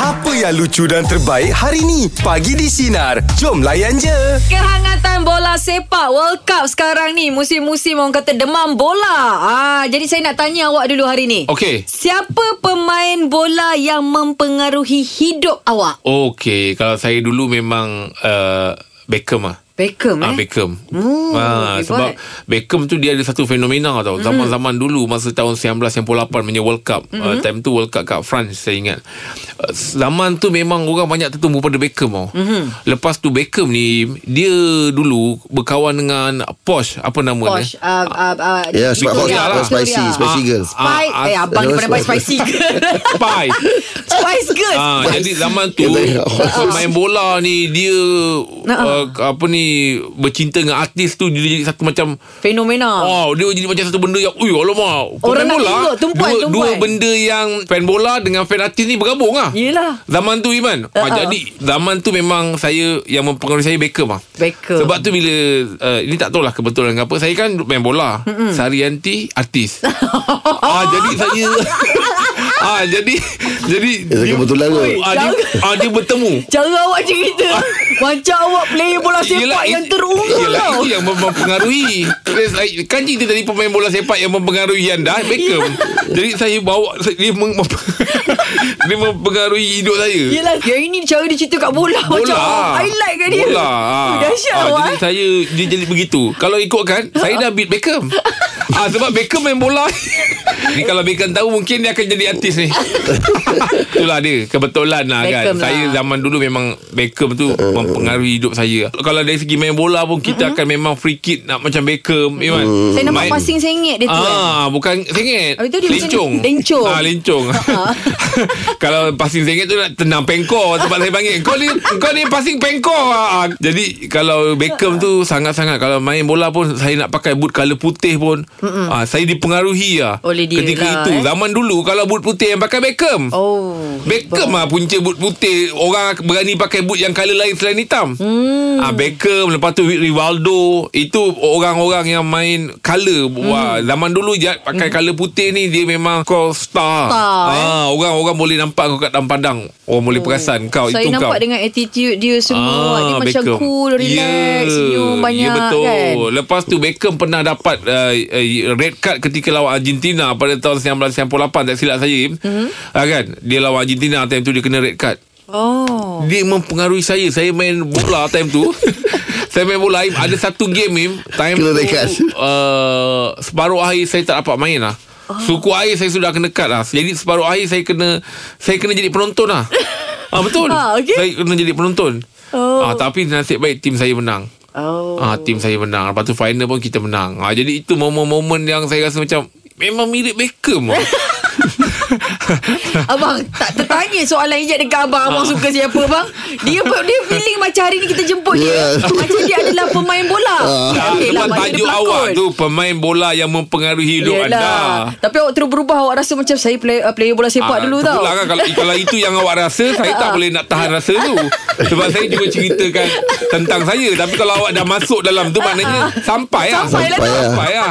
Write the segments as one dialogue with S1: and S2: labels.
S1: Apa yang lucu dan terbaik hari ni? Pagi di Sinar. Jom layan je.
S2: Kehangatan bola sepak World Cup sekarang ni Musim-musim orang kata demam bola ah, Jadi saya nak tanya awak dulu hari ni
S3: Okey.
S2: Siapa pemain bola yang mempengaruhi hidup awak?
S3: Okey, kalau saya dulu memang uh, Beckham ah.
S2: Beckham
S3: Ah
S2: eh?
S3: Beckham.
S2: Hmm,
S3: ah,
S2: hebat.
S3: sebab Beckham tu dia ada satu fenomena tau. Zaman-zaman dulu masa tahun 1998 punya World Cup. Mm-hmm. Uh,
S2: Hmm.
S3: time tu World Cup kat France saya ingat. Uh, zaman tu memang orang banyak tertumpu pada Beckham tau.
S2: Hmm.
S3: Mm-hmm. Lepas tu Beckham ni dia dulu berkawan dengan Posh apa nama
S2: Posh
S3: dia?
S2: uh, uh, uh,
S4: Ya, sebab
S3: Victoria lah.
S4: Victoria, spicy, spicy girl.
S2: Spice
S3: Ah, ah,
S2: Eh abang ni pandai spicy girl
S3: Spice.
S2: Spice girl
S3: Ah, jadi zaman tu
S4: Ya, tak.
S3: pemain bola ni dia
S2: Ah.
S3: uh, apa ni bercinta dengan artis tu dia jadi satu macam
S2: Fenomena
S3: Oh, dia jadi macam satu benda yang Ui, alamak
S2: Ah. Orang nak
S3: pemain
S2: tengok, tumpuan,
S3: dua,
S2: tumpuan.
S3: dua benda yang Fan bola dengan fan artis ni bergabung lah
S2: Yelah.
S3: Zaman tu Iman uh,
S2: Uh-uh.
S3: Jadi zaman tu memang saya Yang mempengaruhi saya Beckham lah
S2: Beckham.
S3: Sebab tu bila uh, Ini tak tahulah kebetulan ke apa Saya kan main bola Mm-mm. Sarianti artis ah, Jadi saya ah, Jadi Jadi
S4: Eh, kebetulan ke?
S3: ah, dia, ah, dia bertemu
S2: Cara awak cerita Macam awak player bola sepak
S3: Yelah,
S2: yang
S3: it-
S2: terunggul
S3: Yelah
S2: tau
S3: itu yang mem- mempengaruhi Saya- saya- Kan cerita tadi pemain bola sepak Yang mempengaruhi anda Beckham Jadi saya bawa saya- Dia, mem- mem- dia mempengaruhi hidup saya
S2: Yelah Yang ini cara dia cerita kat bola, Macam orang highlight kat dia
S3: Bola
S2: oh,
S3: ah.
S2: Dahsyat
S3: Ah,
S2: awak
S3: Jadi
S2: eh.
S3: saya Dia jadi begitu Kalau ikutkan Saya dah beat Beckham ah, Sebab Beckham main bola Ni kalau Beckham tahu Mungkin dia akan jadi artis ni Itulah dia Kebetulan lah
S2: Beckham
S3: kan
S2: lah.
S3: Saya zaman dulu memang Beckham tu Mempengaruhi hidup saya Kalau dari segi main bola pun Kita akan memang free kick Nak macam Beckham Iman
S2: Saya nampak
S3: Main-
S2: passing sengit dia tu eh.
S3: Ah, bukan sengit.
S2: Habis tu dia macam Ha,
S3: lencong.
S2: lencong.
S3: Ah, lencong. Kalau passing sengit tu nak tendang pengkor tempat saya panggil. Kau ni kau ni passing pengkor. Ah, ah. jadi kalau Beckham tu sangat-sangat kalau main bola pun saya nak pakai boot colour putih pun. Ah, saya dipengaruhi ah.
S2: Oleh dia
S3: ketika
S2: lah,
S3: itu
S2: eh.
S3: zaman dulu kalau boot putih yang pakai Beckham.
S2: Oh
S3: Beckham lah punca boot putih Orang berani pakai boot yang colour lain selain hitam hmm. ah, Beckham Lepas tu Rivaldo Itu orang-orang yang main colour hmm. Wah, Zaman dulu je pakai hmm. colour putih ni Dia memang kau star,
S2: Star, eh.
S3: ah, Orang-orang boleh nampak kau kat dalam padang Orang boleh perasan kau
S2: Saya
S3: Itu
S2: nampak
S3: kau
S2: dengan attitude dia semua ah, Dia macam
S3: Beckham.
S2: cool, relax,
S3: Ya,
S2: senyum banyak
S3: ya, betul.
S2: kan
S3: Lepas tu Beckham pernah dapat uh, uh, red card ketika lawan Argentina pada tahun 1998 tak silap saya. Mm-hmm.
S2: Mhm.
S3: Uh, kan? Dia lawan Argentina time tu dia kena red card.
S2: Oh
S3: Dia mempengaruhi saya Saya main bola time tu Saya main bola Im. Ada satu game Im Time tu
S4: Kena dekat.
S3: uh, Separuh akhir saya tak dapat main lah
S2: Oh.
S3: Suku air saya sudah kena cut lah Jadi separuh air saya kena Saya kena jadi penonton lah Ah betul.
S2: Ah, okey.
S3: Saya kena jadi penonton.
S2: Oh.
S3: Ah tapi nasib baik tim saya menang.
S2: Oh
S3: Ah tim saya menang. Lepas tu final pun kita menang. Ah jadi itu momen-momen yang saya rasa macam memang mirip Beckham. lah.
S2: Abang tak tertanya soalan ijat dekat abang
S3: Ah.
S2: Abang suka siapa bang Dia dia feeling macam hari ni kita jemput
S4: Yeah.
S2: dia Macam dia adalah pemain bola Ya,
S3: Ah,
S2: okey lah,
S3: sebab
S2: macam dia
S3: tajuk
S2: pelakon.
S3: awak tu pemain bola yang mempengaruhi hidup anda.
S2: Tapi awak terus berubah Awak rasa macam Saya play, uh, player bola sepak
S3: Ah,
S2: dulu tau Ah.
S3: terpulang Kan, kalau, kalau itu yang awak rasa Saya tak boleh nak tahan rasa tu Sebab saya cuma ceritakan Tentang saya Tapi kalau awak dah masuk dalam tu Maknanya Sampai
S2: Ah,
S3: lah
S2: Sampai lah tu.
S3: Sampai lah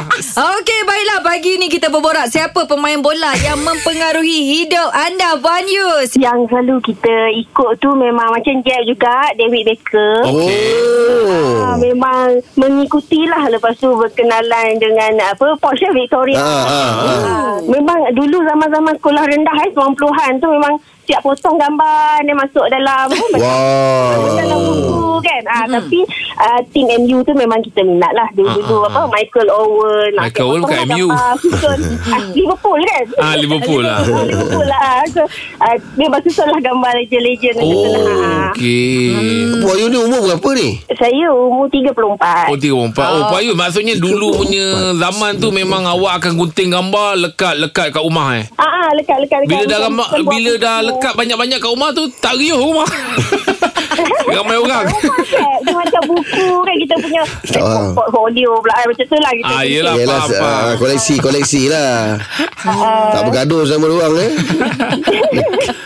S2: Okey baiklah Pagi ni kita berborak Siapa pemain bola Yang mempengaruhi hidup anda Wan Yus
S5: Yang selalu kita ikut tu memang macam Jack juga, David Beckham.
S3: Okay
S4: Oh.
S5: Ah, memang mengikutilah lepas tu berkenalan dengan apa Porsche Victoria.
S4: Ah, ah, ah.
S5: Ah, Memang dulu zaman-zaman sekolah rendah eh 90-an tu memang siap potong gambar dia masuk dalam
S3: Oh.
S5: dalam
S4: Wow.
S5: buku kan. Ah tapi ah, team MU tu memang kita minat lah dulu-dulu
S3: Ah, ah,
S5: apa Michael Owen. Ah,
S3: Michael
S5: siap
S3: Owen
S5: potong
S3: bukan
S5: lah
S3: MU.
S5: gambar susun. Ah, Liverpool kan.
S3: Ah, Liverpool lah.
S5: Liverpool lah. So ah, memang susunlah gambar legend-legend macam tu lah.
S3: Oh
S5: Ah.
S3: Okay
S2: Hmm.
S4: Wah, you ni umur berapa ni?
S5: Saya umur 34.
S3: Oh tiga puluh empat Oh Pak Yu Maksudnya dulu punya Zaman tu memang awak akan gunting gambar Lekat-lekat kat rumah eh
S5: Ah, ah, lekat lekat lekat.
S3: Bila dah
S5: Bukan-
S3: lama,
S5: bukan buat
S3: bila
S5: apa
S3: dah
S5: semua.
S3: lekat banyak-banyak kat rumah tu tak riuh rumah. Ramai orang.
S5: Rumah kan Dia macam buku kan Kita punya
S4: Tak faham.
S5: Portfolio pula eh, Macam tu lah kita
S3: Ah,
S5: punya.
S3: yelah. Tak
S4: Yelah,
S3: apa-apa.
S4: ah, koleksi, koleksi lah. tak bergaduh sama orang eh.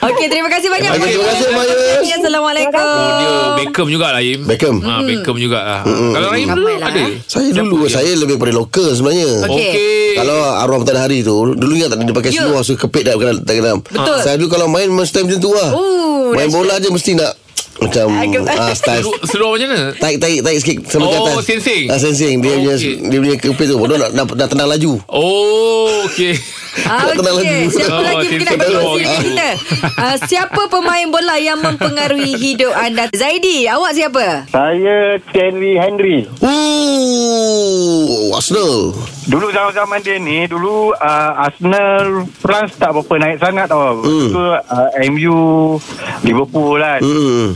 S2: Okey terima kasih banyak
S4: Okey, terima kasih, Wan Yus.
S2: Assalamualaikum
S3: Dia Beckham jugalah Im.
S4: Beckham.
S3: Ha, Beckham jugalah. Kalau Rahim
S2: Ramai
S3: dulu
S2: lah,
S3: ada.
S2: eh.
S4: Saya dulu, saya lebih pada lokal sebenarnya.
S2: Okey.
S3: Okey.
S4: Kalau arwah petang hari tu Dulu ingat tak dia pakai
S2: Ya.
S4: seluar So kepit tak kena tak kena
S2: Betul.
S4: Saya dulu kalau main Mesti time macam tu lah
S2: Ooh.
S4: Main
S2: dahsyat.
S4: bola je mesti nak Macam
S2: Agak-
S4: ah, Style
S3: Seluar- Seluar macam mana?
S4: Tarik tarik tarik sikit sampai ke
S3: Oh,
S4: atas.
S3: sensing.
S4: Ah, sensing. Dia
S3: Oh,
S4: punya
S3: okey.
S4: dia punya kepit tu. Bodoh nak, nak, nak tendang laju.
S3: Oh, okay.
S2: Ah,
S4: Tak kenal
S2: Okey,
S4: lagu.
S2: siapa
S3: Oh,
S2: lagi mungkin nak
S3: Tim
S2: bagi
S3: Tebow
S2: kongsi dengan
S3: gitu.
S2: kita? Ah, siapa pemain bola yang mempengaruhi hidup anda? Zaidi, awak siapa?
S6: Saya Terry Henry.
S4: Ooh, Arsenal.
S6: Dulu zaman-zaman dia ni, dulu uh, Arsenal France tak berapa naik sangat tau.
S4: Hmm.
S6: Hmm. Tu uh, MU, Liverpool kan. Hmm.
S4: Hmm.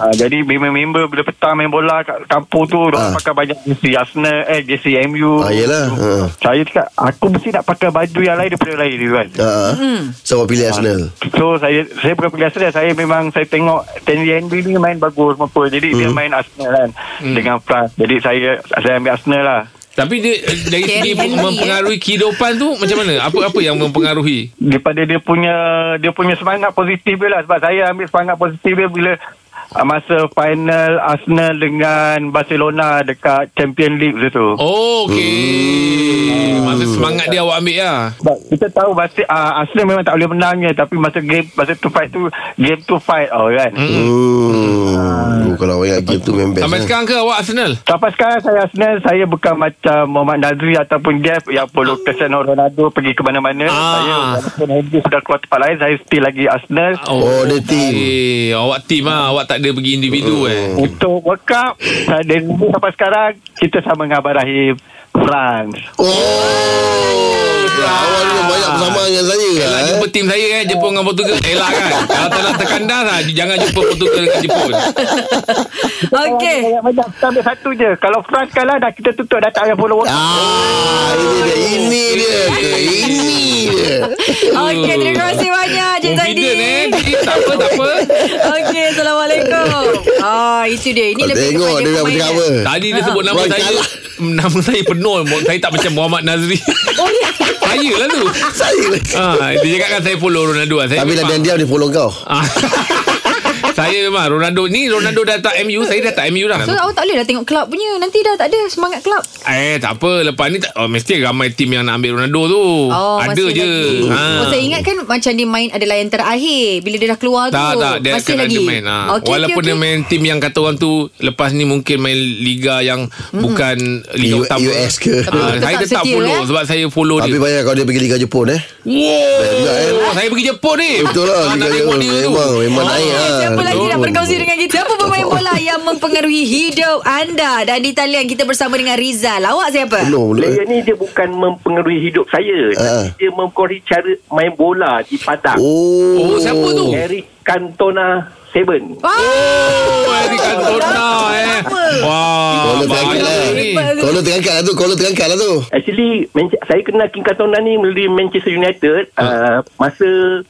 S6: Uh, jadi member-member bila petang main bola kat kampung tu,
S4: Ah.
S6: ah. pakai banyak jersey Arsenal, eh jersey MU.
S4: Ah, yelah. Ah.
S6: Saya cakap, aku mesti nak pakai baju yang lain daripada lain dulu kan.
S4: Ah.
S2: Hmm.
S4: So, awak pilih Arsenal.
S6: So saya saya bukan pilih Arsenal Saya memang saya tengok Terry Henry ni main bagus apa. Jadi
S4: Hmm.
S6: dia main Arsenal kan Dengan France Jadi saya saya ambil Arsenal lah
S3: Tapi dia eh, dari segi
S2: Terry Henry,
S3: mempengaruhi kehidupan tu macam mana? Apa-apa yang mempengaruhi?
S6: daripada dia punya dia punya semangat positif dia lah sebab saya ambil semangat positif dia bila ah, masa final Arsenal dengan Barcelona dekat Champion League tu tu.
S3: Oh, okay.
S4: Hmm.
S3: Masa semangat dia awak ambil lah.
S6: Sebab kita tahu Basi, uh, Arsenal memang tak boleh menangnya tapi masa game masa tu fight tu game tu fight oh kan. Hmm.
S4: Hmm. Kalau awak ingat game tu memang best.
S3: Sampai
S4: eh.
S3: sekarang ke awak Arsenal?
S6: Sampai sekarang saya Arsenal saya bukan macam Muhammad Nazri ataupun Jeff yang perlu Cristiano Ronaldo pergi ke mana-mana.
S3: Ah.
S6: Saya walaupun Henry sudah keluar tempat lain saya still lagi Arsenal.
S3: Ah,
S4: Oh, dia team. Hmm.
S3: Eh, awak team lah. Awak tak ada pergi individu eh.
S6: Untuk World Cup uh, Dari dulu sampai sekarang Kita sama dengan Abang Rahim France
S4: Oh. Awak ni banyak bersama dengan saya.
S3: Elah
S4: eh.
S3: jumpa tim saya eh Jepun dengan Portugal Elah kan Kalau tak nak terkandar lah Jangan jumpa Portugal dengan Jepun
S2: Okey.
S6: Banyak-banyak Kita ambil satu je Kalau France kalah dah Kita tutup dah tak payah follow World Cup
S4: Ah, ini dia. Ini dia. Ini dia.
S2: Okey, terima kasih banyak Cik Zaidi.
S3: Confident eh Jadi tak apa tak apa
S2: Okey, Assalamualaikum. Ah, itu dia. Ini
S4: Kau
S2: lebih
S4: tengok
S2: kepada
S4: dia nak
S2: pemain
S4: bercakap apa.
S3: Tadi dia sebut nama
S4: Wah,
S3: saya
S4: kalah.
S3: Nama saya penuh Saya tak macam Muhammad Nazri
S2: Oh, ya.
S3: Saya lah tu
S4: Saya lagi.
S3: ha, Dia cakapkan saya follow Ronaldo lah. saya
S4: Tapi lah
S3: memang-
S4: diam-diam dia follow kau.
S3: Ah. Saya memang Ronaldo Ni Ronaldo dah tak MU Saya dah tak MU dah
S2: So awak tak boleh dah tengok kelab punya Nanti dah tak ada semangat kelab
S3: Eh tak apa Lepas ni tak, oh, Mesti ramai tim yang nak ambil Ronaldo tu Oh, Ada
S2: Oh, masih
S3: je Ah.
S2: lagi. Oh, saya ingat kan Macam dia main adalah yang terakhir Bila dia dah keluar
S3: Tak
S2: tu
S3: tak Dia
S2: Masih
S3: akan
S2: lagi
S3: ada main ha.
S2: Okey,
S3: okay, Walaupun
S2: okey,
S3: okay, dia
S2: okey.
S3: main Tim yang kata orang tu Lepas ni mungkin main Liga yang
S2: Hmm.
S3: Bukan Liga
S4: U-
S3: utama
S4: US ke?
S3: Ah,
S2: Tapi
S3: Saya
S2: tetap
S3: tetap
S2: setia,
S3: follow
S2: eh?
S3: Sebab saya follow
S4: Tapi
S3: dia
S4: banyak kalau dia pergi Liga Jepun eh. juga, eh.
S3: Wow Oh, Saya pergi Jepun ni
S4: Betul lah
S3: Ah,
S4: Liga
S3: nak tengok
S4: Jepun.
S3: dia tu. Ah.
S4: Memang memang naik
S2: Okey,
S7: Ah,
S4: lah.
S2: Siapa lagi nak
S3: Betul.
S2: berkongsi dengan kita Siapa pemain bola yang mempengaruhi hidup anda Dan di talian kita bersama dengan Rizal Awak siapa?
S4: Belum belum.
S7: Player ni dia bukan mempengaruhi hidup saya
S4: Ah.
S7: Tapi Dia mempengaruhi cara main bola di padang
S4: Oh.
S3: Oh, siapa tu?
S7: Eric Cantona Seven
S2: Oh,
S3: Oh, Eric Cantona eh. Wah,
S4: Kalau terangkat
S3: Ah, banyak
S4: lah
S3: ni.
S4: Kalau terangkat lah tu Kalau terangkat lah tu
S7: Actually Man- Saya kenal King Cantona ni Melalui Manchester United uh, Masa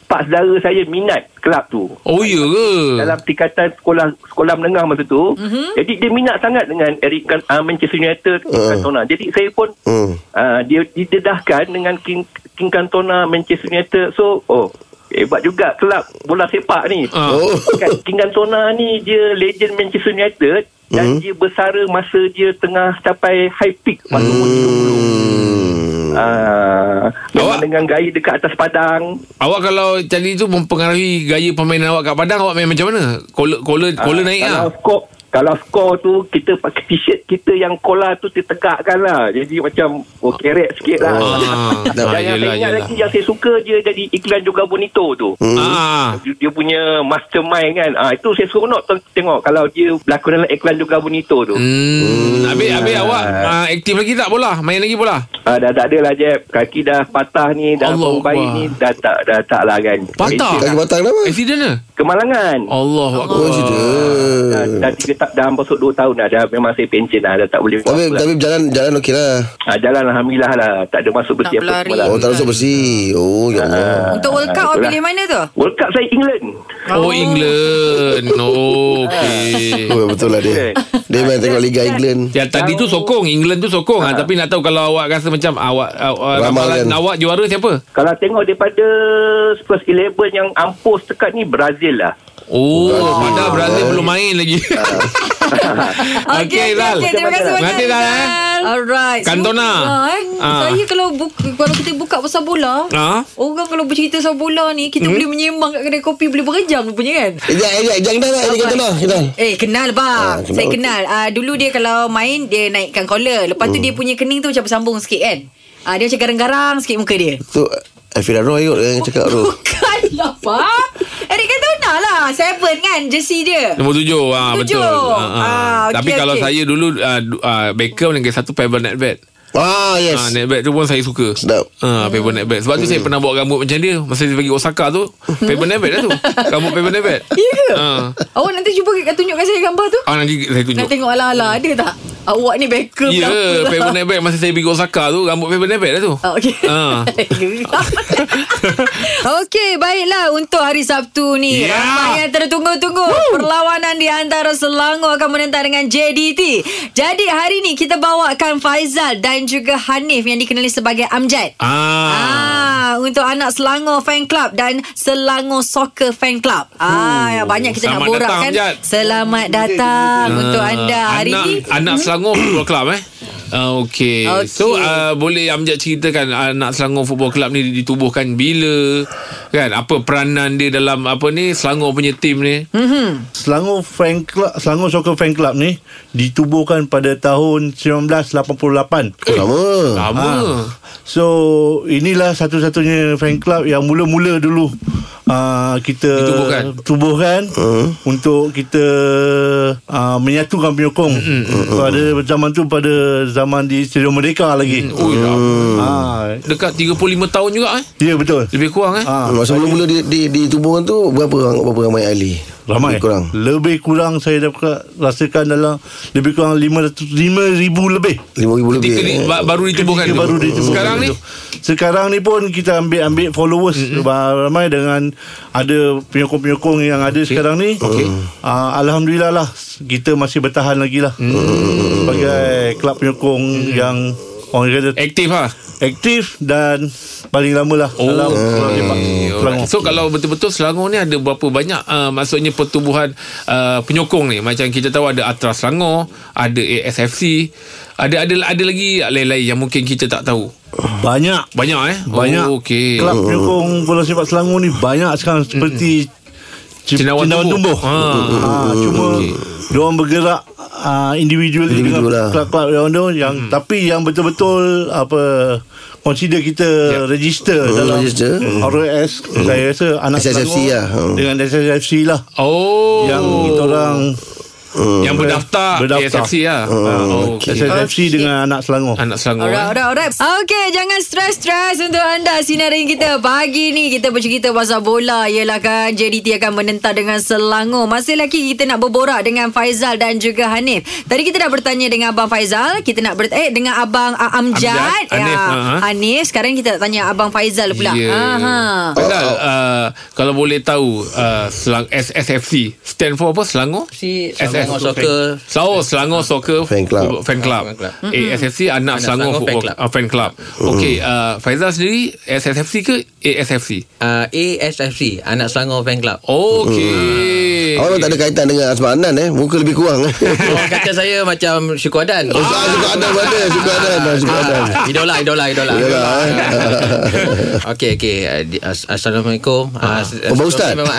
S7: Pak saudara saya minat Kelab tu
S3: Oh, ya ke?
S7: dalam tingkatan sekolah sekolah menengah masa tu
S3: Mhm.
S7: mm-hmm. jadi dia minat sangat dengan Eric Can- uh, Manchester United King
S4: Uh.
S7: Cantona jadi saya pun
S4: Hmm.
S7: uh, dia didedahkan dengan King, King Cantona Manchester United so oh hebat juga kelab bola sepak ni
S3: Ah.
S4: Oh.
S7: kan King Cantona ni dia legend Manchester United dan
S4: Hmm.
S7: dia bersara masa dia tengah capai high peak masa umur
S4: Hmm.
S7: 30. Ah, memang
S3: Awak-
S7: dengan gaya dekat atas padang
S3: Awak kalau tadi tu mempengaruhi gaya permainan awak kat padang awak main macam mana? Kola kola kola
S7: Ah,
S3: naik
S7: kalau
S3: ah.
S7: skor kalau skor tu kita pakai t-shirt kita yang kola tu ditegakkan lah jadi macam oh kerek sikit lah
S3: Ah,
S7: Dan
S3: ah, yelah,
S7: yang saya ingat
S3: yelah.
S7: lagi yang saya suka dia jadi iklan juga bonito tu
S3: Ah,
S7: dia, dia punya mastermind kan ah, itu saya seronok teng- tengok kalau dia berlakon dalam iklan juga bonito tu
S3: Hmm, habis habis awak ah, aktif lagi tak bola? Main lagi bola?
S7: ah, dah tak ada lah Jeb kaki dah patah ni dah
S3: Allah
S7: baru bayi
S3: Akbar.
S7: ni dah tak dah tak lah kan
S3: Patah?
S7: Mesej
S4: Kaki
S7: dah.
S4: batang kenapa?
S3: Accident ke?
S7: kemalangan
S3: Allah
S4: Oh cerita
S7: Dah, dah tiga tak dah masuk dua tahun dah, dah memang saya pencen dah, dah tak boleh buat
S4: Tapi
S7: apa lah.
S4: tapi jalan jalan okey lah
S7: Ah, jalan Alhamdulillah lah. Tak ada masuk
S2: Tak
S7: besi apa
S2: berlari.
S7: semua lah.
S4: Oh tak masuk bersih Oh ya Allah
S2: Untuk World Cup
S7: Ah,
S2: awak
S7: itulah.
S2: pilih mana tu?
S7: World Cup saya England.
S3: Oh, England. Oh, okey.
S4: Oh betul lah dia Dia main tengok Liga England
S3: Ya tadi tu sokong England tu sokong ha. Tapi nak tahu Kalau awak rasa macam Awak uh,
S4: Ramalkan.
S3: ramalan Awak juara siapa
S7: Kalau tengok daripada Spurs 11 yang ampus dekat ni Brazil lah.
S3: Oh, oh Padahal Brazil belum main lagi
S2: Okey,
S3: Okey
S2: okey,
S3: Lal
S2: okey. Terima kasih banyak
S3: Nanti Lal eh
S2: Rizal Alright.
S3: Kantona.
S2: Semua- Ha, eh.
S3: Ah.
S2: Saya kalau buka, kalau kita buka pasal bola,
S3: Ah. Mhm.
S2: orang kalau bercerita pasal bola ni, kita boleh menyembang kat kedai kopi boleh berjam rupanya kan.
S4: Ejak, ejak, ejak kenal tak? Ejak
S2: Apa?
S4: kenal, kenal.
S2: Eh kenal bang
S4: Ah, kenal.
S2: Saya kenal uh, Dulu dia kalau main Dia naikkan collar Lepas tu
S4: Hmm.
S2: dia punya kening tu Macam bersambung sikit kan uh, Dia macam garang-garang sikit muka dia
S4: Tu, Afira Roh ikut yang cakap Roh.
S2: Bukan lah bang Eric Cantona lah Seven kan Jersey dia
S3: Nombor tujuh ah,
S2: Tujuh.
S3: Betul ah, ah.
S2: Ah, okey,
S3: Tapi kalau
S2: okey.
S3: saya dulu ah, du- ah, Beckham dengan satu Pebble net bet Ah,
S4: Ah, yes.
S3: net bet tu pun saya suka
S4: Sedap.
S3: Ah, Pebble net bet Sebab tu saya pernah buat rambut macam dia Masa dia pergi Osaka tu Pebble net bet lah tu Rambut Pebble net bet
S2: Ya ke?
S3: Ah.
S2: Awak nanti cuba kat- tunjukkan saya gambar tu
S3: Ah, nanti saya tunjuk
S2: Nak tengok ala-ala Ada tak Awak ni lah. backup
S3: Ya, yeah, paper net bag masa saya pergi Osaka tu, rambut paper net bag lah tu.
S2: Oh, okay.
S3: Ah.
S2: Okey, baiklah untuk hari Sabtu ni.
S3: Ya.
S2: Ramai yang tertunggu-tunggu. Perlawanan di antara Selangor akan menentang dengan JDT. Jadi hari ni kita bawakan Faizal dan juga Hanif yang dikenali sebagai Amjad. Ah,
S3: Ah.
S2: untuk anak Selangor Fan Club dan Selangor Soccer Fan Club. Ah, banyak kita nak
S3: Selamat
S2: borak
S3: datang,
S2: kan.
S3: Amjad. Ah.
S2: Selamat datang untuk anda Ah, hari
S3: anak,
S2: ni. Hmm?
S3: Anak Selangor Football Club eh Uh, okay.
S2: Okey.
S3: So uh, boleh Amjad ceritakan ah, anak Selangor Football Club ni ditubuhkan bila kan apa peranan dia dalam apa ni Selangor punya tim ni.
S2: Hmm?
S8: Selangor Fan Club Selangor Soccer Fan Club ni ditubuhkan pada tahun 1988.
S4: Oh, lama.
S3: Lama.
S8: So inilah satu-satunya fan club yang mula-mula dulu uh, kita
S3: Ditubuhkan.
S8: tubuhkan uh.
S4: Uh-huh.
S8: untuk kita uh, menyatukan penyokong pada zaman tu pada zaman di Stadium Merdeka lagi.
S3: Oh, dah.
S8: Ah,
S3: Dekat 35 tahun juga eh.
S8: ya betul.
S3: Lebih kurang eh.
S8: Ah,
S4: Masa mula-mula di, di, di tubuhan tu Berapa orang berapa ramai ahli?
S8: Ramai
S4: Lebih Kurang
S8: Lebih kurang saya dapat Rasakan dalam Lebih kurang 500 5,000 lebih
S4: 5,000 lebih
S3: Ketika ni,
S4: eh.
S3: ba- baru ditubuhkan.
S8: Dia
S3: tu.
S8: baru ditemukan
S3: Sekarang ni
S8: Sekarang ni pun Kita ambil-ambil followers Ramai dengan Ada penyokong-penyokong Yang ada sekarang ni
S3: Okey.
S8: uh, Alhamdulillah lah Kita masih bertahan lagi lah
S3: Mm.
S8: Sebagai Klub penyokong Yang Orang kata
S3: aktif ah.
S8: Aktif Dan Paling lama lah
S3: Oh.
S8: Dalam Pulau Lepak
S3: Alright.
S8: Selangor
S3: So kalau betul-betul Selangor ni ada berapa banyak uh, maksudnya pertubuhan uh, penyokong ni macam kita tahu ada Atra Selangor, ada ASFC, ada ada ada lagi lain-lain yang mungkin kita tak tahu.
S8: Banyak
S3: Banyak eh?
S8: Banyak
S3: Oh, okey.
S8: Kelab penyokong bola sepak Selangor ni Banyak sekarang Seperti Cip-
S3: Cendawan Tumbuh.
S8: Tumbuh,
S3: Ah.
S8: Ah, Cuma
S3: Okey.
S8: Diorang bergerak uh, Individually
S4: Individu
S8: Dengan
S4: lah.
S8: kelab-kelab yang, tu, yang
S7: Hmm.
S8: Tapi yang betul-betul Apa Consider kita
S7: Ya.
S3: Yep.
S8: Register
S4: Hmm,
S8: Dalam
S4: register.
S8: ROS
S7: Hmm.
S8: Saya rasa Anak
S4: SSFC
S8: Selangor
S4: lah. Hmm.
S8: Dengan SSFC lah
S3: Oh.
S8: Yang kita orang
S3: yang berdaftar,
S8: Berdaftar. Ah,
S3: ASFC lah. Oh, okey.
S4: okey.
S8: SSFC dengan anak Selangor
S7: Ah,
S3: Anak Selangor.
S2: Alright,
S3: eh.
S2: alright, alright. Okey, jangan stres-stres untuk anda sinarin kita. Pagi ni kita bercerita pasal bola. Yelah kan, JDT akan menentang dengan Selangor. Masih lagi kita nak berborak dengan Faizal dan juga Hanif. Tadi kita dah bertanya dengan Abang Faizal. Kita nak bertanya eh, dengan Abang uh, Amjad. Ya,
S3: Amjad, Hanif, ha.
S2: Hanif. Sekarang kita nak tanya Abang Faizal pula.
S3: Ya.
S2: Aha.
S3: Padahal,
S4: Oh,
S3: uh, kalau boleh tahu uh, Selang SSFC stand for apa Selangor?
S7: Si-
S3: Selangor
S7: Selangor Soccer. Ah,
S3: Selangor Selangor Soccer
S4: Fan Club.
S3: Fan Club. Eh,
S7: Fan Club.
S3: ASFC anak,
S7: Anak
S3: Selangor,
S7: Selangor Fan
S3: Football
S7: Club.
S3: uh, Fan Club.
S4: Mm.
S3: Okey, uh, Faizal sendiri SSFC ke ASFC?
S7: Uh, ASFC Anak Selangor Fan Club
S3: Okey.
S4: Awak memang tak ada kaitan dengan Azman Anan eh Muka lebih kurang eh
S7: Orang kata saya macam Syukur Adan
S4: Oh, ah, suka Adan brother Suka Adan ah, Suka Adan
S7: Ah, Idola, idola, idola.
S4: Idola, eh.
S7: Okey, okey. Ah, di- as- Assalamualaikum. Ah, se-
S4: Oh, Pak Ustaz.
S7: memang-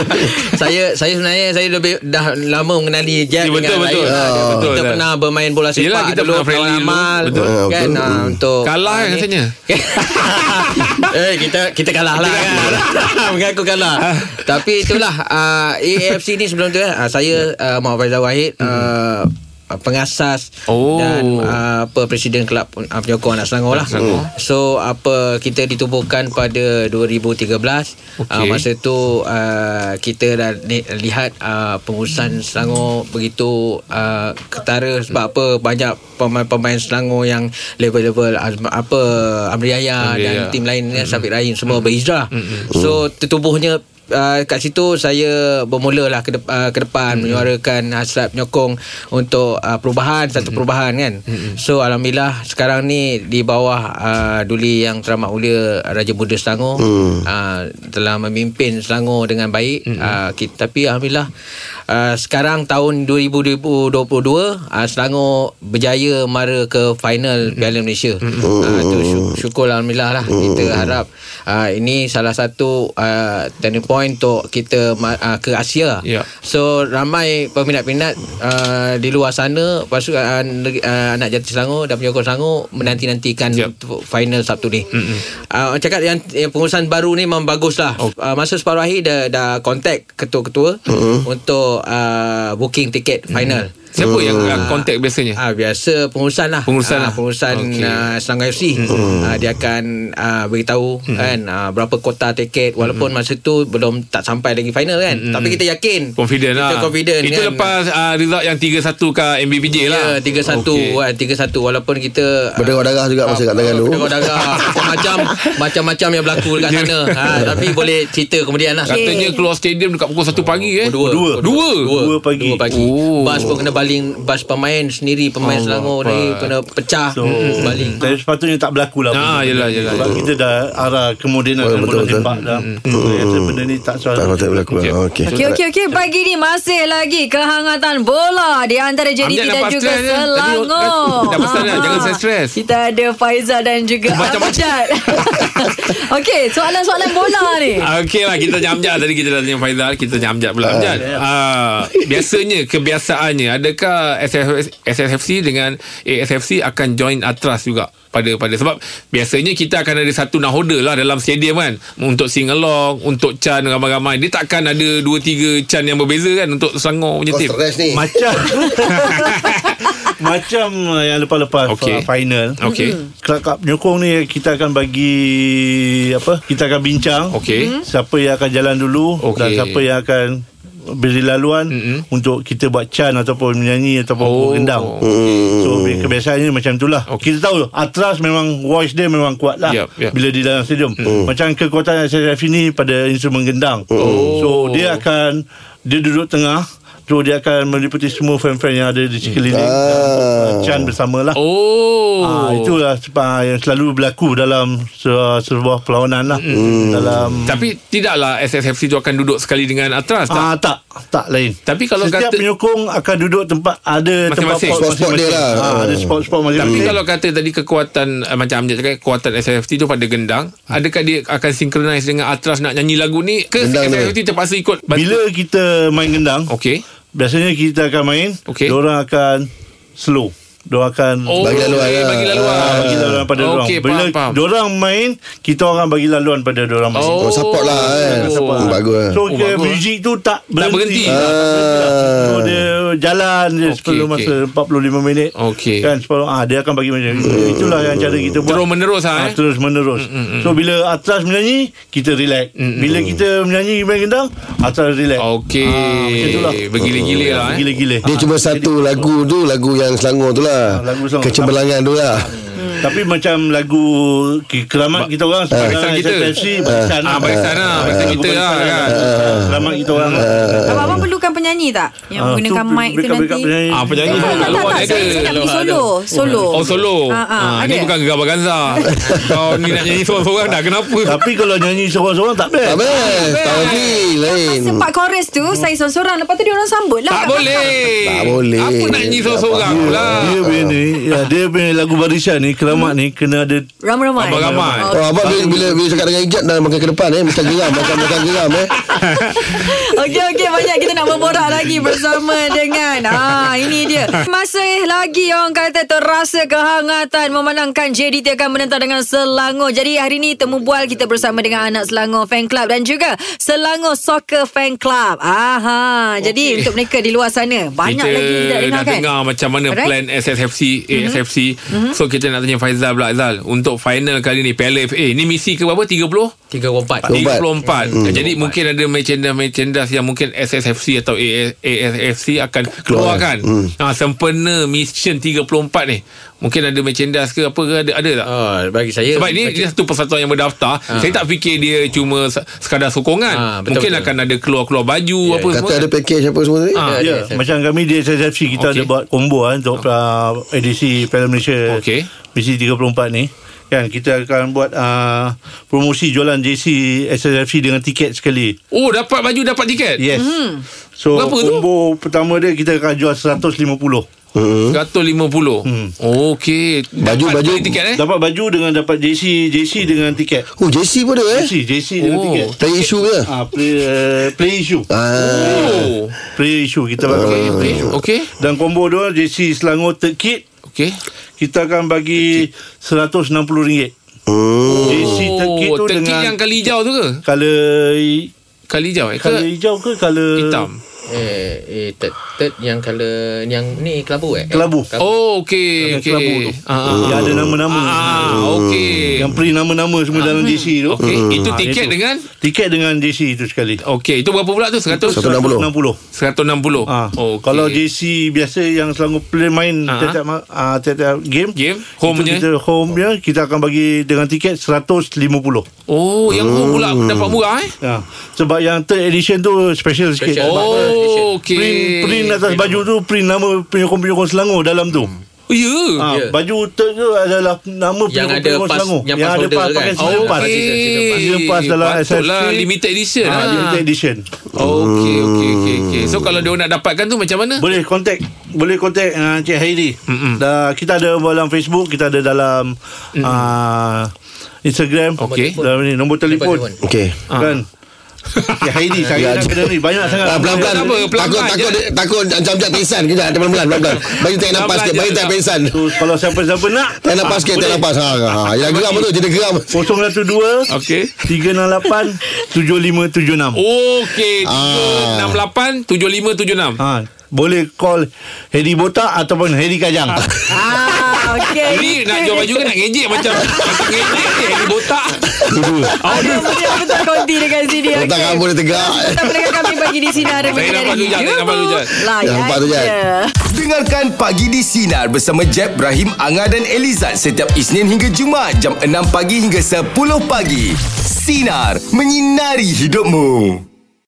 S7: saya saya sebenarnya saya lebih dah lama mengenali
S3: Ya,
S7: Jack
S3: betul,
S7: dengan
S3: betul.
S7: Ryan.
S3: Ah,
S7: kita
S3: betul.
S7: pernah bermain bola sepak
S3: Yelah, kita
S7: dulu
S3: pernah friendly
S7: kawan
S3: dulu.
S7: amal
S3: Betul.
S4: Ah,
S7: kan
S4: betul.
S7: ah, untuk
S3: Kalah,
S7: ah, ni.
S3: katanya.
S7: eh kita kita kalah lah kan. Mengaku kalah. Tapi itulah ah, AFC ni sebelum tu eh, ah, saya ah, Muhammad Faizal Wahid ah, pengasas
S3: Oh.
S7: dan ah, apa presiden kelab uh, penyokong anak Selangor lah. So apa kita ditubuhkan pada 2013. Okay.
S3: Okey.
S7: ah, masa tu uh, kita dah ni, lihat uh, pengurusan Selangor begitu uh, ketara sebab apa banyak pemain-pemain Selangor yang level-level Azma- apa Amri Yahya
S3: Amri
S7: dan
S3: Yahya.
S7: tim lain
S8: Hmm.
S7: mm Syafiq Rahim semua berhijrah. So tertubuhnya Uh, kat situ saya bermula lah ke, de- uh, ke depan menyuarakan hasrat penyokong untuk uh, perubahan satu perubahan kan so Alhamdulillah sekarang ni di bawah uh, duli yang teramat mulia Raja Buddha
S4: Hmm.
S7: Selangor uh, telah memimpin Selangor dengan baik uh, kita, tapi Alhamdulillah uh, sekarang tahun 2022 uh, Selangor berjaya mara ke final Piala Malaysia. Uh, tu sy- syukur alhamdulillah lah. Kita harap uh, ini salah satu uh, turning point untuk kita ma- uh, ke Asia.
S3: Ya.
S7: So ramai peminat-peminat uh, di luar sana lepas tu uh, negeri- uh, anak jati Selangor dan penyokong Selangor menanti-nantikan
S3: Yep.
S7: tu- final Sabtu ni. Uh, orang cakap yang, yang pengurusan baru ni memang bagus lah.
S3: Oh.
S7: Uh, masa separuh akhir dah, dah contact ketua-ketua untuk uh, booking tiket final.
S3: Siapa yang
S4: Hmm.
S3: uh, contact biasanya?
S7: Ah biasa pengurusan lah.
S3: Pengurusan
S7: ah,
S3: lah.
S7: pengurusan
S3: Okey.
S7: okay. uh, Selangor FC. Hmm. Ah, dia akan ah, beritahu hmm. kan ah, berapa kota tiket walaupun masa tu belum tak sampai lagi final kan. Hmm. Tapi kita yakin.
S3: Confident
S7: kita
S3: lah
S7: confident
S3: Itu
S7: kan.
S3: lepas uh, result yang 3-1 kat MBBJ
S7: Ya,
S3: lah
S7: 3-1
S3: Okey.
S7: okay. 3-1 walaupun kita ah,
S4: Berdengar darah juga masa kat tangan tu.
S7: Berdengar darah macam macam-macam yang berlaku dekat
S3: Ya.
S7: sana. Ha, tapi boleh cerita kemudian lah.
S3: Katanya keluar stadium dekat pukul 1 pagi eh
S7: Dua.
S8: Dua.
S3: Dua?
S8: Dua pagi.
S7: Dua pagi.
S3: Oh.
S7: Oh. Bas pun kena baling bas pemain sendiri pemain
S3: Allah
S7: Selangor ni
S3: Akbar.
S7: kena pecah
S8: So,
S7: Mm-mm. baling.
S8: Tapi sepatutnya tak berlaku lah
S3: Ah, yelah,
S8: benda ni.
S3: yelah.
S8: Sebab kita dah arah kemodenan
S4: Oh,
S8: oh,
S4: betul,
S8: bola
S4: betul.
S8: sepak dah Saya rasa benda ni tak selalu
S4: Tak patut berlaku
S3: Okey.
S4: lah. Okey
S2: Okey, okey, okey. Pagi ni masih lagi kehangatan bola di antara JDT
S3: Amjad
S2: dan
S3: nampak
S2: juga
S3: stres, eh? Tadi
S2: Selangor.
S3: dah- dah pesan dah,
S2: Ah.
S3: jangan saya stres.
S2: Kita ada Faizal dan juga
S3: Macam-
S2: Amjad. okey, soalan-soalan bola ni.
S3: Okey lah kita jam-jam Tadi kita dah tanya Faizal Kita jam-jam pula Amjad uh, Biasanya Kebiasaannya Adakah SFF, SFFC dengan ASFC Akan join Atras juga pada pada sebab biasanya kita akan ada satu nahoda lah dalam stadium kan untuk sing along untuk chan ramai-ramai dia takkan ada 2 3 chan yang berbeza kan untuk Selangor punya
S7: Oh,
S4: Kau
S3: tim
S4: stres ni
S8: Macam Macam uh, yang lepas-lepas
S3: Okey.
S8: okay. final Hmm.
S3: Okey.
S8: Kelab-kelab penyokong ni Kita akan bagi Apa Kita akan bincang Hmm.
S3: Okey. Mhm.
S8: Siapa yang akan jalan dulu
S3: Okey.
S8: Dan siapa yang akan Beri laluan
S3: Mhm.
S8: Untuk kita buat can Ataupun menyanyi Ataupun
S3: Oh.
S8: oh. rendang So kebiasaannya macam itulah
S3: Okey.
S8: okay. Kita tahu Atras memang Voice dia memang kuat lah
S3: Yup, yup.
S8: Bila di dalam stadium Macam kekuatan SSF ini Pada instrumen gendang
S3: Oh.
S8: So dia akan Dia duduk tengah So dia akan meliputi semua fan-fan yang ada di sekeliling
S4: Ah.
S8: Chan bersamalah
S3: oh
S8: Ah, itulah sebab yang selalu berlaku dalam se- sebuah perlawanan lah
S4: Hmm.
S8: dalam
S3: Hmm. tapi tidaklah SSFC tu akan duduk sekali dengan Atras tak
S8: ah tak tak lain
S3: Tapi kalau
S8: setiap
S3: kata-
S8: penyokong akan duduk tempat ada tempat
S3: Masing-masing.
S8: pot
S4: Spot-spot dia
S8: masing-masing.
S4: lah.
S8: ah, ada spot-spot
S3: Tapi
S8: masing-masing
S3: kalau kata tadi kekuatan uh, Macam Amjad cakap Kekuatan SFT tu pada gendang
S8: Hmm.
S3: Adakah dia akan synchronize dengan Atras nak nyanyi lagu ni Ke
S4: Gendang dia.
S3: SFT terpaksa ikut
S8: bila kita main gendang
S3: Okey
S8: biasanya kita akan main
S3: Okey.
S8: diorang akan slow diorang akan
S3: Oh.
S4: Bagi laluan lah.
S3: Bagi laluan
S8: Ah, bagi laluan pada
S3: Okey,
S8: orang. Bila
S3: faham, faham.
S8: orang main, kita orang bagi laluan pada orang masing.
S4: Oh, support lah kan
S3: Oh.
S4: support. Bagus lah
S8: So
S3: Oh,
S8: ke
S3: bagus.
S8: muzik tu tak
S3: berhenti.
S8: berhenti. Tak
S4: Ah.
S8: berhenti. So dia jalan dia
S3: Okey,
S8: okay, sebelum
S3: okey.
S8: okay. masa 45 minit.
S3: Okey.
S8: Kan sebelum ah dia akan bagi macam
S4: Hmm.
S8: itulah yang cara kita buat.
S3: Terus menerus lah
S8: Ah,
S3: eh
S8: terus menerus. So bila atas menyanyi, kita relax.
S3: Hmm,
S8: Bila kita menyanyi main gendang, atas relax.
S3: Okey
S8: Ah, macam tu lah.
S3: Bergila-gila lah Oh, eh
S8: Gila-gila.
S4: Dia
S8: Ah,
S4: cuma satu lagu tu Lagu yang Selangor tu lah
S8: Ah, lagu Selangor.
S4: Kecemerlangan tu lah
S8: Tapi macam lagu ke- Keramat kita orang
S3: Barisan
S8: Sekarang
S3: kita.
S8: SFC Barisan
S3: Ah, barisan lah. Barisan kita lah, kan.
S8: Ah, Keramat kita orang
S2: Abang-abang perlukan penyanyi tak? Yang
S8: Ah,
S2: menggunakan
S8: so,
S2: mic tu nanti. Eh,
S8: backup- backup penyanyi.
S3: Ah, penyanyi
S2: Tak,
S3: tu
S2: tak,
S3: laluan
S2: tak.
S3: ada.
S2: Saya, saya nak pergi solo. Solo.
S3: Oh solo
S2: Ah, ah,
S3: ah, Ni
S2: ada.
S3: bukan gegar Baganza Kau ni nak nyanyi seorang-seorang dah Kenapa
S8: Tapi kalau nyanyi seorang-seorang tak best
S4: Tak best Taufik lain
S2: Masa part chorus tu, saya seorang-seorang. Lepas tu dia orang sambut lah.
S3: Tak
S2: kat
S3: boleh
S4: Tak boleh.
S3: Apa nak nyanyi seorang-seorang
S4: Tak
S3: pula
S8: Dia punya ni ya, Dia punya lagu barisan ni Keramat ni Kena ada
S2: belakang. Ramai-ramai.
S3: Ramai-ramai.
S2: Oh,
S4: Oh, abang bila, bila, bila cakap dengan Ijat dah makan ke depan eh macam geram macam makan geram eh.
S2: Okey okey banyak kita nak berborak lagi bersama dengan ah ini dia. Masih lagi orang kata terasa kehangatan memenangkan JDT akan menentang dengan Selangor. Jadi hari ini temu bual kita bersama dengan anak Selangor Fan Club dan juga Selangor Soccer Fan Club. Aha. Jadi untuk mereka di luar sana banyak
S3: kita
S2: lagi kita dengar
S3: nak
S2: kan.
S3: dengar macam mana
S2: Alright. Mhm.
S3: right? plan SSFC ASFC mm-hmm. so kita nak tanya Faizal pula Zal untuk final kali ni Piala FA ni misi ke berapa 30
S7: Tiga ke empat.
S3: 34 hmm. Jadi mungkin ada merchandise-merchandise Yang mungkin SSFC atau AS- ASFC Akan keluarkan hmm. ha, Sempena mission 34 ni Mungkin ada merchandise ke apa ke Ada, ada tak?
S2: Uh,
S7: Oh,
S8: Ah,
S7: bagi
S2: ya,
S7: saya
S3: Sebab ini
S7: bagi,
S3: dia satu persatuan yang berdaftar
S2: Ha.
S3: Saya tak fikir dia cuma se- Sekadar sokongan
S7: Ah, betul,
S3: Mungkin
S7: betul.
S3: akan ada keluar-keluar baju Apa
S4: ya. Kata
S3: semua Ha.
S4: ada package apa semua eh. tadi.
S3: Ah.
S7: ada,
S8: Ya,
S7: ada.
S8: macam kami di SSFC kita
S3: Okey.
S8: okay. ada buat combo kan untuk uh, edisi Piala Malaysia
S3: Okey.
S8: misi 34 ni. Kan kita akan buat uh, promosi jualan JC SSFC dengan tiket sekali.
S3: Oh dapat baju dapat tiket
S8: Yes. Mm. So
S3: Berapa tu?
S8: combo pertama dia kita akan jual 150
S3: 150 hmm. Okey
S4: Baju-
S3: Dapat
S4: baju-
S3: beli tiket eh
S8: Dapat baju dengan dapat JC JC dengan tiket
S4: Oh JC pun ada eh
S8: JC JC dengan
S3: Oh.
S8: tiket
S4: Tanya isu ke
S8: Ah, play, uh, play issue
S4: Ah,
S3: Oh
S8: Player issue Kita bakal
S4: Eh.
S3: Okey
S8: okay.
S3: boleh. Okey
S8: Dan combo dua JC Selangor Third Kit
S3: Okey
S8: Kita akan bagi RM160
S4: hmm.
S8: JC Third Kit tu
S3: Oh Turkey
S8: dengan
S3: yang kali hijau tu ke
S8: Color
S3: Kali hijau eh
S8: Color
S3: ke
S8: hijau ke Color
S3: Hitam
S7: Eh, eh third, third yang color yang ni kelabu eh.
S8: Kelabu.
S7: Kelabu.
S3: Oh okey
S8: Yang kelabu
S3: okey
S8: tu.
S3: Ah, ah.
S8: Yang ada nama-nama Oh.
S3: Ah
S4: Hmm.
S3: okey Ah, hmm.
S8: Yang print nama-nama Semua dalam JC tu
S3: Okey itu
S8: Ah,
S3: tiket
S8: itu.
S3: dengan
S8: Tiket dengan JC itu sekali
S3: Okey itu berapa pula tu 100
S4: Satu- 160.
S8: 160
S3: 160
S8: Ah,
S3: Okey.
S8: Kalau JC biasa yang Selangor play main
S3: Ah.
S8: tiap-tiap ma- ah, tiap-tiap game,
S3: Game,
S8: itu
S3: home-nya.
S8: kita home dia kita akan bagi dengan tiket 150.
S3: Oh yang home pula
S4: Hmm.
S3: dapat murah eh
S8: Ha. Sebab yang third edition tu special sikit.
S7: Special.
S8: Sebab
S3: Oh okey
S8: Print, print atas baju tu print nama penyokong-penyokong Selangor dalam tu.
S3: Ya yeah.
S8: Ha,
S7: Ya.
S8: Baju third tu adalah nama
S7: Yang ada
S8: penyokong-penyokong
S7: pas-
S8: Selangor.
S7: yang pas
S8: ada
S7: holder
S8: pas
S7: kan?
S8: pakai
S7: Oh,
S8: season pass.
S7: okey.
S8: Season pass dalam
S3: Patutlah
S8: SFC.
S3: limited edition
S8: Ha,
S7: Ah.
S3: ha,
S8: limited edition.
S3: Okey okey okey okey. So kalau dia nak dapatkan tu macam mana?
S8: Boleh kontak Boleh kontak uh, Cik Hairi Dah, Kita ada dalam Facebook Kita ada dalam uh, Instagram
S3: Okey.
S8: Dalam ni Nombor telefon,
S7: Telefon,
S4: Okey
S8: Kan Cik Hairi Saya nak kena ni Banyak sangat
S4: Ah, pelan-pelan.
S3: Tak apa, pelan-pelan
S4: takut,
S3: je.
S4: takut, dia- takut, jam-jam pingsan. Kejap, dia pelan-pelan, pelan-pelan. Bagi tak napas sikit, bagi tak pingsan.
S8: So, kalau siapa-siapa nak
S4: Tak napas sikit, tak napas. Ha, ha, ha. Yang geram tu, jadi geram.
S8: 012
S3: Okey.
S7: Oh.
S8: 368 7576
S3: Okey
S4: Ah.
S3: 368 7576.
S8: ha, Boleh call Heri Botak Ataupun Heri Kajang
S2: Ah, okey.
S3: Ini nak jual baju ke nak ngejek macam macam ngejek ni Hairy botak.
S2: Aduh, betul aku tak konti dekat sini.
S4: Otak
S2: Okey.
S4: kamu dia tegak.
S2: Tetap mendengar kami pagi di sini ada Lah,
S3: Saya nampak tu, Jad. Saya nampak tu, Jad.
S4: Saya
S2: ya,
S4: nampak tu, Jad.
S1: Dengarkan Pagi di Sinar bersama Jeb, Ibrahim, Anga dan Elizad setiap Isnin hingga Jumaat jam 6 pagi hingga 10 pagi. Sinar, menyinari hidupmu.